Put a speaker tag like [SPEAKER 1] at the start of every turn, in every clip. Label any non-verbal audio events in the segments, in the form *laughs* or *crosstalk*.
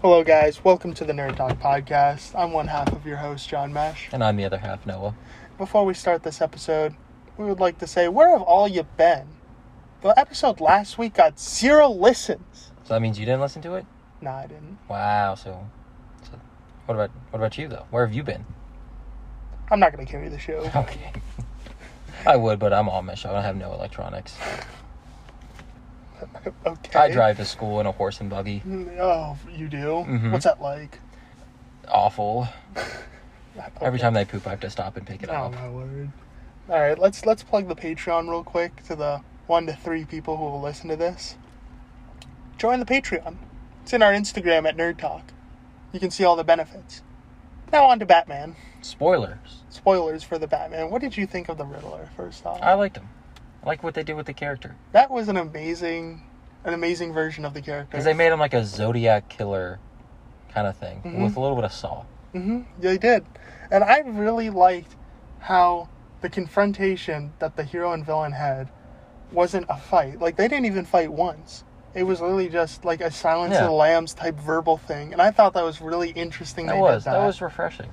[SPEAKER 1] Hello, guys. Welcome to the Nerd Dog Podcast. I'm one half of your host, John Mesh.
[SPEAKER 2] And I'm the other half, Noah.
[SPEAKER 1] Before we start this episode, we would like to say, where have all you been? The episode last week got zero listens.
[SPEAKER 2] So that means you didn't listen to it?
[SPEAKER 1] Nah, I didn't.
[SPEAKER 2] Wow, so, so what about what about you though? Where have you been?
[SPEAKER 1] I'm not going to carry the show.
[SPEAKER 2] *laughs* Okay. I would, but I'm Amish. I don't have no electronics.
[SPEAKER 1] *laughs* okay.
[SPEAKER 2] I drive to school in a horse and buggy.
[SPEAKER 1] Oh, you do?
[SPEAKER 2] Mhm.
[SPEAKER 1] What's that like?
[SPEAKER 2] Awful. Every time they poop, I have to stop and pick it
[SPEAKER 1] Oh
[SPEAKER 2] up.
[SPEAKER 1] my word! All right, let's let's plug the Patreon real quick to the one to three people who will listen to this. Join the Patreon. It's in our Instagram at Nerd Talk. You can see all the benefits. Now on to Batman.
[SPEAKER 2] Spoilers.
[SPEAKER 1] Spoilers for the Batman. What did you think of the Riddler? First off,
[SPEAKER 2] I liked them. I like what they did with the character
[SPEAKER 1] that was an amazing, an amazing version of the character.
[SPEAKER 2] because they made him like a Zodiac killer kind of thing
[SPEAKER 1] Mhm.
[SPEAKER 2] with a little bit of Saw.
[SPEAKER 1] hmm They did, and I really liked how the confrontation that the hero and villain had wasn't a fight. Like they didn't even fight once. It was really just like a Silence
[SPEAKER 2] Yeah.
[SPEAKER 1] of the Lambs type verbal thing, and I thought that was really interesting.
[SPEAKER 2] That
[SPEAKER 1] they
[SPEAKER 2] was
[SPEAKER 1] did
[SPEAKER 2] that was refreshing.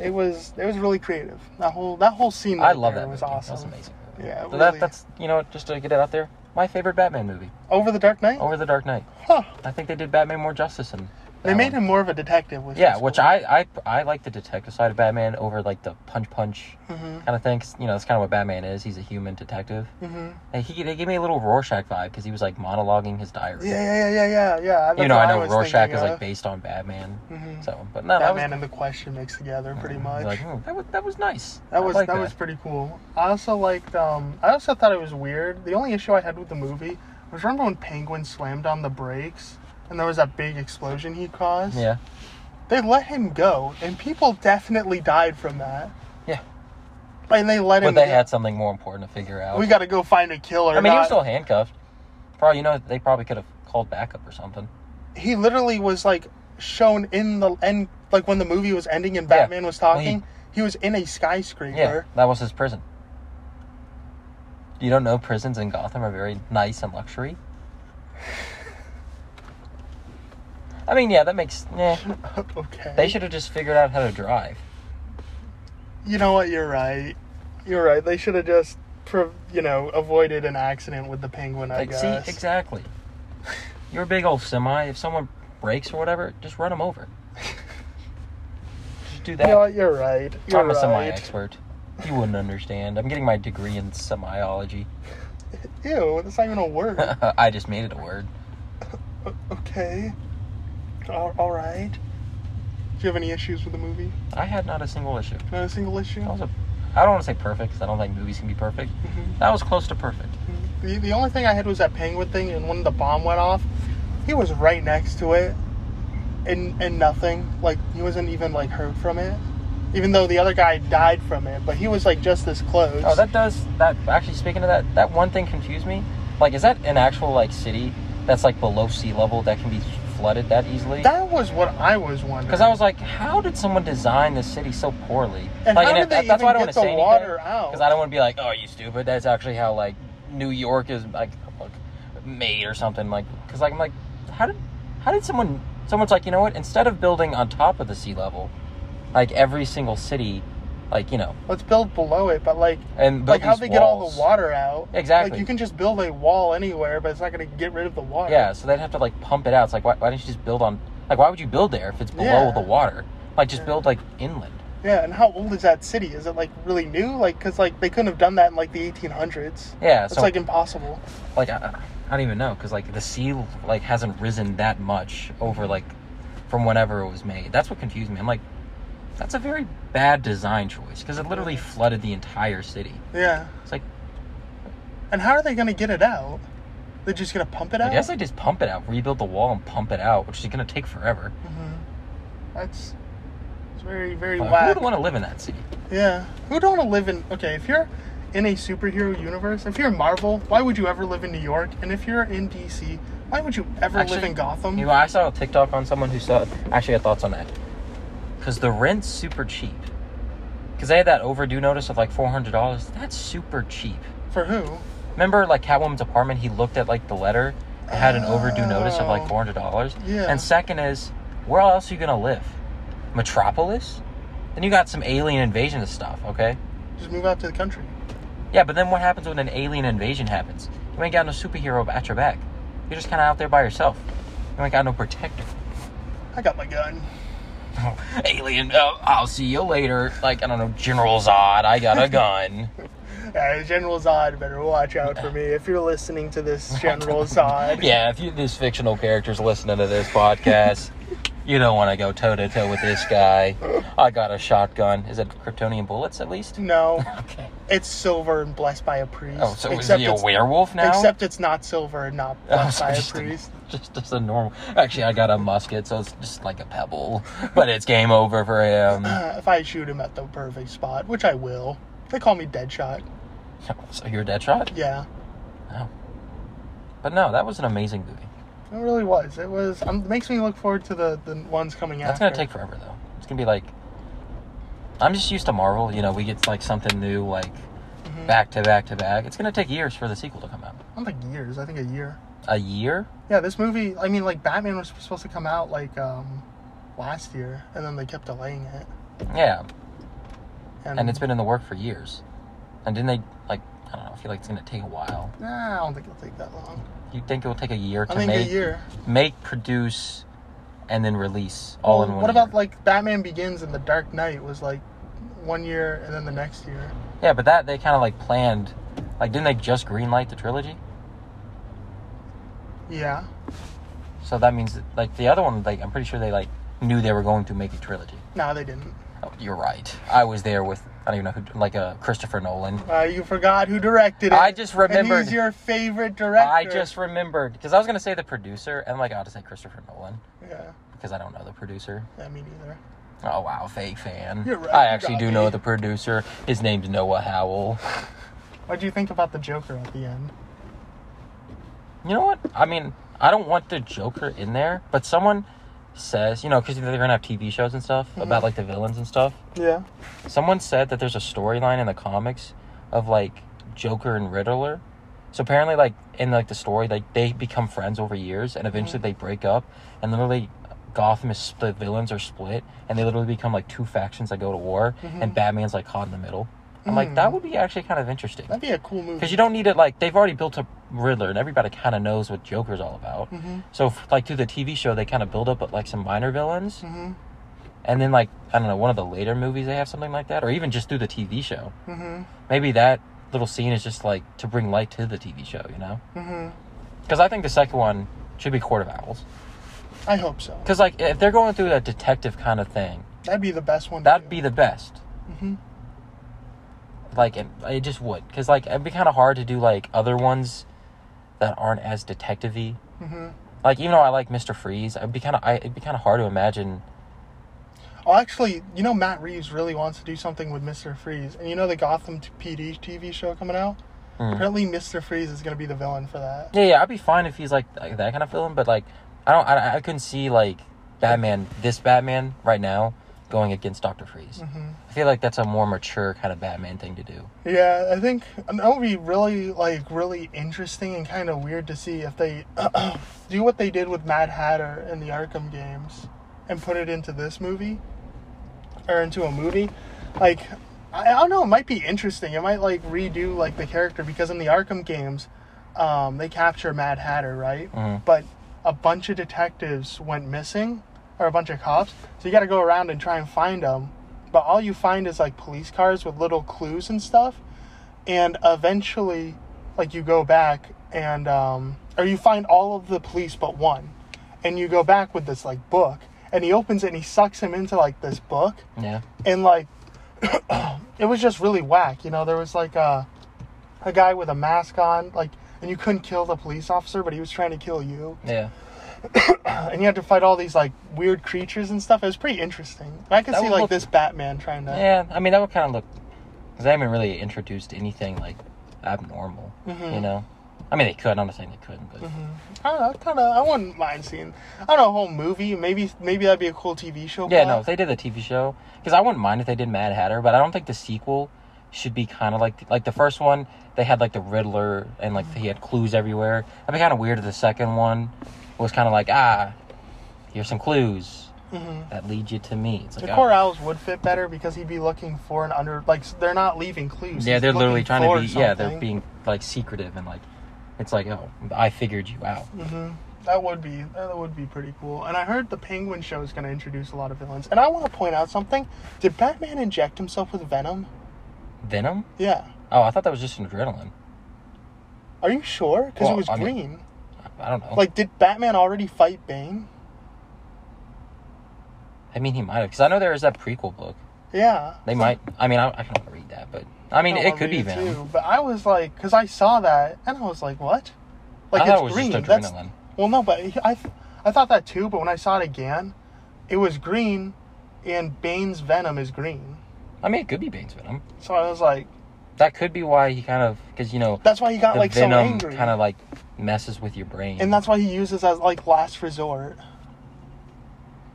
[SPEAKER 1] it was it was really creative. That whole that whole scene.
[SPEAKER 2] I
[SPEAKER 1] right
[SPEAKER 2] love
[SPEAKER 1] there
[SPEAKER 2] that.
[SPEAKER 1] was
[SPEAKER 2] movie.
[SPEAKER 1] awesome.
[SPEAKER 2] That was an amazing. Movie.
[SPEAKER 1] Yeah, it
[SPEAKER 2] So that-
[SPEAKER 1] really-
[SPEAKER 2] that's you know just to get it out there. My favorite Batman movie,
[SPEAKER 1] Over the Dark Knight.
[SPEAKER 2] Over the Dark Knight.
[SPEAKER 1] Huh.
[SPEAKER 2] I think they did Batman more justice in.
[SPEAKER 1] They
[SPEAKER 2] that
[SPEAKER 1] made
[SPEAKER 2] one.
[SPEAKER 1] him more of a detective. Which
[SPEAKER 2] Yeah,
[SPEAKER 1] was
[SPEAKER 2] which
[SPEAKER 1] cool.
[SPEAKER 2] I, I I like the detective side of Batman over like the punch punch
[SPEAKER 1] Mhm.
[SPEAKER 2] kind of thing. 'cause, you know, that's kind of what Batman is. He's a human detective.
[SPEAKER 1] Mhm.
[SPEAKER 2] And he they gave me a little Rorschach vibe because he was like monologuing his diary.
[SPEAKER 1] Yeah, yeah, yeah, yeah, yeah, yeah.
[SPEAKER 2] You
[SPEAKER 1] That's
[SPEAKER 2] know,
[SPEAKER 1] what
[SPEAKER 2] I know
[SPEAKER 1] was
[SPEAKER 2] Rorschach
[SPEAKER 1] thinking
[SPEAKER 2] is
[SPEAKER 1] of.
[SPEAKER 2] like based on Batman.
[SPEAKER 1] Mhm.
[SPEAKER 2] So, but no,
[SPEAKER 1] Batman
[SPEAKER 2] that
[SPEAKER 1] and the Question mixed together,
[SPEAKER 2] was
[SPEAKER 1] pretty
[SPEAKER 2] I was
[SPEAKER 1] much.
[SPEAKER 2] Like, "Hmm, that was that was nice.
[SPEAKER 1] That
[SPEAKER 2] I
[SPEAKER 1] was
[SPEAKER 2] like
[SPEAKER 1] that, was pretty cool. I also liked. Um, I also thought it was weird. The only issue I had with the movie was remember when Penguin slammed on the brakes and there was that big explosion he caused.
[SPEAKER 2] Yeah,
[SPEAKER 1] They let him go, and people definitely died from that.
[SPEAKER 2] Yeah.
[SPEAKER 1] And they let
[SPEAKER 2] but
[SPEAKER 1] him.
[SPEAKER 2] they
[SPEAKER 1] go.
[SPEAKER 2] had something more important to figure out.
[SPEAKER 1] We got to go find a killer.
[SPEAKER 2] I mean, he was
[SPEAKER 1] not-
[SPEAKER 2] still handcuffed. Probably, you know, they probably could have called backup or something.
[SPEAKER 1] he literally was like shown in the end, like when the movie was ending and
[SPEAKER 2] Yeah.
[SPEAKER 1] Batman was
[SPEAKER 2] Well, he-
[SPEAKER 1] talking. he, was in a skyscraper.
[SPEAKER 2] Yeah, that was his prison. You don't know prisons in Gotham are very nice
[SPEAKER 1] *laughs*
[SPEAKER 2] and luxury. I mean, yeah, that makes. Yeah,
[SPEAKER 1] *laughs* okay.
[SPEAKER 2] they should have just figured out how to drive.
[SPEAKER 1] You know what? You're right. You're right. They should have just, pre- you know, avoided an accident with the penguin. I
[SPEAKER 2] Like, see,
[SPEAKER 1] guess.
[SPEAKER 2] exactly. You're a big old semi. If someone breaks or whatever, just run them over. just do
[SPEAKER 1] You
[SPEAKER 2] that.
[SPEAKER 1] know what? You're right. You're
[SPEAKER 2] I'm a semi
[SPEAKER 1] right.
[SPEAKER 2] expert. You wouldn't understand. I'm getting my degree in semiology. *laughs*
[SPEAKER 1] Ew, that's not even a word.
[SPEAKER 2] I just made it a word.
[SPEAKER 1] O- okay. All, all right. Do you have any issues with the movie?
[SPEAKER 2] I had not a single issue.
[SPEAKER 1] Not a single issue.
[SPEAKER 2] That was a. I don't want to say perfect because I don't think movies can be perfect.
[SPEAKER 1] Mhm.
[SPEAKER 2] That was close to perfect.
[SPEAKER 1] mm-hmm. The, the only thing I had was that penguin thing, and when the bomb went off, he was right next to it, and and nothing. Like he wasn't even like hurt from it, even though the other guy died from it. But he was like just as close.
[SPEAKER 2] Oh, that does that. Actually, speaking of that, that one thing confused me. Like, is that an actual like city that's like below sea level that can be flooded that easily?
[SPEAKER 1] That was what I was wondering.
[SPEAKER 2] Because I was like, how did someone design this city so poorly?
[SPEAKER 1] And
[SPEAKER 2] like,
[SPEAKER 1] how did
[SPEAKER 2] it-
[SPEAKER 1] they
[SPEAKER 2] that's why I
[SPEAKER 1] even
[SPEAKER 2] don't
[SPEAKER 1] get
[SPEAKER 2] wanna
[SPEAKER 1] the
[SPEAKER 2] say
[SPEAKER 1] water out?
[SPEAKER 2] Because I don't want to be like, oh, you stupid. That's actually how like New York is like, like made or something. Like, because like I'm like, how did how did someone someone's like, you know what? Instead of building on top of the sea level, like every single city, like you know,
[SPEAKER 1] Let's build below it, but like,
[SPEAKER 2] and build
[SPEAKER 1] like how
[SPEAKER 2] these
[SPEAKER 1] they get all
[SPEAKER 2] walls.
[SPEAKER 1] the water out? Like
[SPEAKER 2] Exactly.
[SPEAKER 1] you can just build a wall anywhere, but it's not going to get rid of the water.
[SPEAKER 2] Yeah, so they'd have to like pump it out. It's like, why, why didn't you just build on? Like, why would you build there if it's below
[SPEAKER 1] Yeah.
[SPEAKER 2] the water? Like, just
[SPEAKER 1] Yeah.
[SPEAKER 2] build like inland.
[SPEAKER 1] Yeah. And how old is that city? Is it like really new? Like, cause like they couldn't have done that in like the 1800s.
[SPEAKER 2] Yeah,
[SPEAKER 1] It's
[SPEAKER 2] so
[SPEAKER 1] like impossible.
[SPEAKER 2] like I, I don't even know because like the sea like hasn't risen that much over like from whenever it was made. That's what confused me. I'm like, that's a very bad design choice because it literally flooded the entire city.
[SPEAKER 1] Yeah.
[SPEAKER 2] It's like
[SPEAKER 1] And how are they going to get it out? They're just going to pump it out.
[SPEAKER 2] I guess they just pump it out, rebuild the wall, and pump it out, which is gonna take forever.
[SPEAKER 1] hmm That's. It's very very
[SPEAKER 2] Like, who
[SPEAKER 1] whack.
[SPEAKER 2] would want to live in that city?
[SPEAKER 1] Yeah. Who don't wanna live in? Okay, if you're in a superhero universe, if you're Marvel, why would you ever live in New York? And if you're in DC, why would you ever live in Gotham?
[SPEAKER 2] You know, I saw a TikTok on someone who saw. Actually, had thoughts on that because the rent's super cheap. Because they had that overdue notice of like four hundred dollars. That's super cheap.
[SPEAKER 1] For who?
[SPEAKER 2] Remember, like Catwoman's apartment, he looked at like the letter. It had an overdue notice of
[SPEAKER 1] Oh.
[SPEAKER 2] like four hundred dollars.
[SPEAKER 1] Yeah.
[SPEAKER 2] And second is, Where else are you gonna live? Metropolis? Then you got some alien invasion and stuff, okay?
[SPEAKER 1] Just move out to the country.
[SPEAKER 2] Yeah, but then what happens when an alien invasion happens? You ain't got no superhero at your back. You're just kind of out there by yourself. You ain't got no protector. *laughs*
[SPEAKER 1] I got my gun.
[SPEAKER 2] alien, oh, I'll see you later. Like, I don't know, General Zod, I got a gun.
[SPEAKER 1] Uh, General Zod better watch out for me. If you're listening to
[SPEAKER 2] *laughs*
[SPEAKER 1] this, General Zod.
[SPEAKER 2] yeah, if you, these fictional characters listening to this podcast, you don't want to go toe to toe with this guy. I got a shotgun. Is it Kryptonian bullets at least?
[SPEAKER 1] No,
[SPEAKER 2] Okay.
[SPEAKER 1] it's silver and blessed by a priest.
[SPEAKER 2] Oh, so is he a
[SPEAKER 1] it's,
[SPEAKER 2] werewolf now?
[SPEAKER 1] Except it's not silver and not
[SPEAKER 2] *laughs* Oh,
[SPEAKER 1] blessed
[SPEAKER 2] so
[SPEAKER 1] by a
[SPEAKER 2] just,
[SPEAKER 1] priest.
[SPEAKER 2] *laughs*
[SPEAKER 1] *clears throat*
[SPEAKER 2] just just a normal. Actually, I got a musket, so it's just like a pebble. But it's game over for him.
[SPEAKER 1] Uh, if I shoot him at the perfect spot, which I will, they call me Deadshot.
[SPEAKER 2] So you're a dead shot.
[SPEAKER 1] Yeah,
[SPEAKER 2] No. But no, that was an amazing movie.
[SPEAKER 1] it really was. It was. Um, it makes me look forward to the, the ones coming out.
[SPEAKER 2] That's
[SPEAKER 1] after.
[SPEAKER 2] gonna take forever though. It's gonna be like I'm just used to Marvel, you know, we get like something new like
[SPEAKER 1] Mhm.
[SPEAKER 2] back to back to back. It's gonna take years for the sequel to come out.
[SPEAKER 1] I don't think years. I think a year.
[SPEAKER 2] A year?
[SPEAKER 1] Yeah, this movie. I mean, like Batman was supposed to come out like um last year, and then they kept delaying it.
[SPEAKER 2] Yeah. And it's been in the work for years. And didn't they like I don't know, I feel like it's gonna take a while.
[SPEAKER 1] Nah, I don't think it'll take that long.
[SPEAKER 2] You think it'll take a year
[SPEAKER 1] I
[SPEAKER 2] to
[SPEAKER 1] think
[SPEAKER 2] make
[SPEAKER 1] a year.
[SPEAKER 2] make, produce, and then release all in
[SPEAKER 1] Well,
[SPEAKER 2] one
[SPEAKER 1] What
[SPEAKER 2] year?
[SPEAKER 1] about like Batman Begins and The Dark Knight was like one year and then the next year.
[SPEAKER 2] Yeah, but that they kinda like planned like didn't they just greenlight the trilogy?
[SPEAKER 1] Yeah.
[SPEAKER 2] So that means that, like the other one, like I'm pretty sure they like knew they were going to make a trilogy.
[SPEAKER 1] No, they didn't.
[SPEAKER 2] Oh, you're right. I was there with I don't even know who, like uh, Christopher Nolan.
[SPEAKER 1] Uh, you forgot who directed it.
[SPEAKER 2] I just remembered-
[SPEAKER 1] And he's your favorite director.
[SPEAKER 2] I just remembered because I was gonna say the producer, and I'm like, I'll just say Christopher Nolan
[SPEAKER 1] Yeah.
[SPEAKER 2] because I don't know the producer.
[SPEAKER 1] Yeah, me neither.
[SPEAKER 2] Oh wow, fake fan.
[SPEAKER 1] You're right,
[SPEAKER 2] I
[SPEAKER 1] you
[SPEAKER 2] actually
[SPEAKER 1] got
[SPEAKER 2] do
[SPEAKER 1] me.
[SPEAKER 2] know the producer. His name's Noah Howell.
[SPEAKER 1] What do you think about the Joker at the end?
[SPEAKER 2] You know what? I mean, I don't want the Joker in there, but someone says, you know, because they're gonna have TV shows and stuff
[SPEAKER 1] Mm-hmm.
[SPEAKER 2] about like the villains and stuff.
[SPEAKER 1] Yeah.
[SPEAKER 2] Someone said that there's a storyline in the comics of like Joker and Riddler. So apparently, like in like the story, like they become friends over years, and eventually they break up, and literally Gotham is the villains are split, and they literally become like two factions that go to war, and Batman's like caught in the middle. I'm like, that would be actually kind of interesting
[SPEAKER 1] That'd be a cool movie.
[SPEAKER 2] because you don't need it. Like they've already built up Riddler, and everybody kind of knows what Joker's all about. So f- like through the TV show, they kind of build up like some minor villains,
[SPEAKER 1] Mhm.
[SPEAKER 2] and then like I don't know, one of the later movies they have something like that, or even just through the TV show.
[SPEAKER 1] Mhm.
[SPEAKER 2] Maybe that little scene is just like to bring light to the TV show, you know?
[SPEAKER 1] Mhm.
[SPEAKER 2] Because I think the second one should be Court of Owls.
[SPEAKER 1] I hope so.
[SPEAKER 2] Because like if they're going through a detective kind of thing,
[SPEAKER 1] That'd be the best one. to
[SPEAKER 2] that'd
[SPEAKER 1] do.
[SPEAKER 2] be the best.
[SPEAKER 1] Mhm.
[SPEAKER 2] Like it, it just would, because like it'd be kind of hard to do like other ones that aren't as detective-y.
[SPEAKER 1] Mhm.
[SPEAKER 2] Like even though I like Mister Freeze, it'd be kind of it'd be kind of hard to imagine.
[SPEAKER 1] Oh, actually, you know Matt Reeves really wants to do something with Mister Freeze, and you know the Gotham t- PD TV show coming out.
[SPEAKER 2] Hmm.
[SPEAKER 1] Apparently, Mister Freeze is gonna be the villain for that.
[SPEAKER 2] Yeah, yeah, I'd be fine if he's like, like that kind of villain, but like I don't, I, I couldn't see like Batman, this Batman right now going against Doctor Freeze. I feel like that's a more mature kind of Batman thing to do.
[SPEAKER 1] Yeah, I think and that would be really like really interesting and kind of weird to see if they *clears throat* do what they did with Mad Hatter in the Arkham games and put it into this movie or into a movie. Like I, I don't know, it might be interesting. It might like redo like the character because in the Arkham games, um, they capture Mad Hatter, right? But a bunch of detectives went missing or a bunch of cops, so you got to go around and try and find them. But all you find is like police cars with little clues and stuff and eventually like you go back and um or you find all of the police but one and you go back with this like book and he opens it and he sucks him into like this book
[SPEAKER 2] Yeah,
[SPEAKER 1] and like *clears throat* it was just really whack you know there was like a a guy with a mask on like and you couldn't kill the police officer but he was trying to kill you Uh,
[SPEAKER 2] yeah.
[SPEAKER 1] and you had to fight all these like weird creatures and stuff it was pretty interesting And i could
[SPEAKER 2] That
[SPEAKER 1] see
[SPEAKER 2] would
[SPEAKER 1] like
[SPEAKER 2] look-
[SPEAKER 1] this batman trying to
[SPEAKER 2] Yeah, I mean that would kind of look because they haven't really introduced anything like abnormal, you know. I mean they could. I'm not saying they couldn't, but
[SPEAKER 1] I don't know. Kind of. I wouldn't mind seeing. I don't know. A whole movie. Maybe. Maybe that'd be a cool TV show.
[SPEAKER 2] yeah,
[SPEAKER 1] plot.
[SPEAKER 2] no, if they did the TV show because I wouldn't mind if they did Mad Hatter, but I don't think the sequel should be kind of like like the first one. They had like the Riddler and like he had clues everywhere. That'd be kind of weird. If the second one was kind of like ah, here's some clues.
[SPEAKER 1] Mhm.
[SPEAKER 2] that lead you to me. It's like
[SPEAKER 1] The
[SPEAKER 2] oh.
[SPEAKER 1] Corrales would fit better because he'd be looking for an under. Like they're not leaving clues.
[SPEAKER 2] Yeah,
[SPEAKER 1] He's
[SPEAKER 2] they're literally
[SPEAKER 1] looking
[SPEAKER 2] trying to
[SPEAKER 1] for
[SPEAKER 2] be. Yeah, they're
[SPEAKER 1] something.
[SPEAKER 2] being like secretive and like, it's like, oh, I figured you out.
[SPEAKER 1] hmm That would be that would be pretty cool. And I heard the Penguin show is going to introduce a lot of villains. And I want to point out something. Did Batman inject himself with venom?
[SPEAKER 2] Venom?
[SPEAKER 1] Yeah.
[SPEAKER 2] Oh, I thought that was just an adrenaline.
[SPEAKER 1] Are you sure? Because
[SPEAKER 2] Well,
[SPEAKER 1] it was
[SPEAKER 2] I mean-
[SPEAKER 1] green.
[SPEAKER 2] I- I don't know.
[SPEAKER 1] Like, did Batman already fight Bane?
[SPEAKER 2] I mean, he might have because I know there is that prequel book.
[SPEAKER 1] Yeah.
[SPEAKER 2] They might. I mean, I, I can read that, but I mean,
[SPEAKER 1] That
[SPEAKER 2] it
[SPEAKER 1] one
[SPEAKER 2] could be
[SPEAKER 1] leader
[SPEAKER 2] Venom.
[SPEAKER 1] But I was like, because I saw that and I was like, what? Like
[SPEAKER 2] I thought it was just
[SPEAKER 1] That's
[SPEAKER 2] adrenaline.
[SPEAKER 1] well, no, but he- I I thought that too. But when I saw it again, it was green, and Bane's venom is green.
[SPEAKER 2] I mean, it could be Bane's Venom.
[SPEAKER 1] So I was like,
[SPEAKER 2] That could be why he kind of because you know
[SPEAKER 1] that's why he got
[SPEAKER 2] the
[SPEAKER 1] like so
[SPEAKER 2] Venom
[SPEAKER 1] angry.
[SPEAKER 2] kind of like messes with your brain.
[SPEAKER 1] and that's why he uses as like last resort.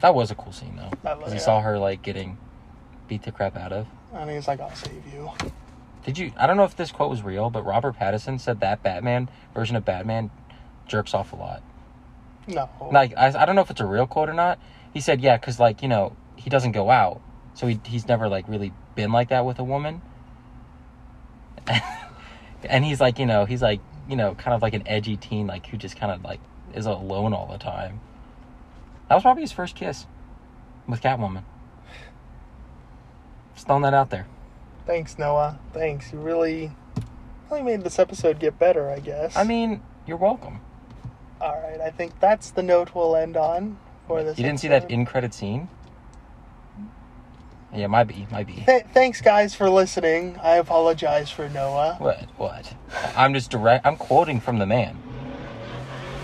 [SPEAKER 2] that was a cool scene though.
[SPEAKER 1] That-
[SPEAKER 2] 'cause he
[SPEAKER 1] yeah.
[SPEAKER 2] saw her like getting beat the crap out of.
[SPEAKER 1] And he's like, I'll save you.
[SPEAKER 2] Did you? I don't know if this quote was real, but Robert Pattinson said that Batman version of Batman jerks off a lot.
[SPEAKER 1] No.
[SPEAKER 2] Like I, I don't know if it's a real quote or not. He said, yeah, because like you know he doesn't go out, so he he's never like really been like that with a woman. *laughs* and he's like you know he's like you know kind of like an edgy teen like who just kind of like is alone all the time. That was probably his first kiss with Catwoman. Just throwing that out there.
[SPEAKER 1] Thanks, Noah. Thanks. You really, really made this episode get better. I guess.
[SPEAKER 2] I mean, you're welcome.
[SPEAKER 1] All right, I think that's the note we'll end on for this.
[SPEAKER 2] You didn't see
[SPEAKER 1] episode.
[SPEAKER 2] that in credit scene? Yeah, might be, might be.
[SPEAKER 1] Th- thanks, guys, for listening. I apologize for Noah.
[SPEAKER 2] What? What? I'm just direct. I'm quoting from the man.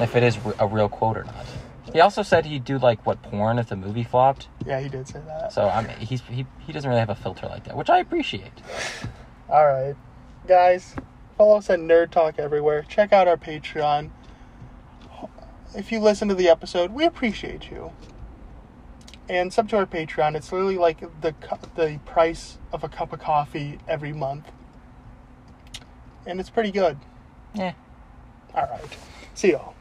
[SPEAKER 2] If it is r- a real quote or not. He also said he'd do like what porn if the movie flopped.
[SPEAKER 1] Yeah, he did say that.
[SPEAKER 2] So I'm he's he, he doesn't really have a filter like that, which I appreciate.
[SPEAKER 1] All right, guys, follow us at Nerd Talk everywhere. Check out our Patreon. If you listen to the episode, we appreciate you. And sub to our Patreon. It's literally like the cu- the price of a cup of coffee every month, and it's pretty good.
[SPEAKER 2] Yeah.
[SPEAKER 1] All right, see y'all.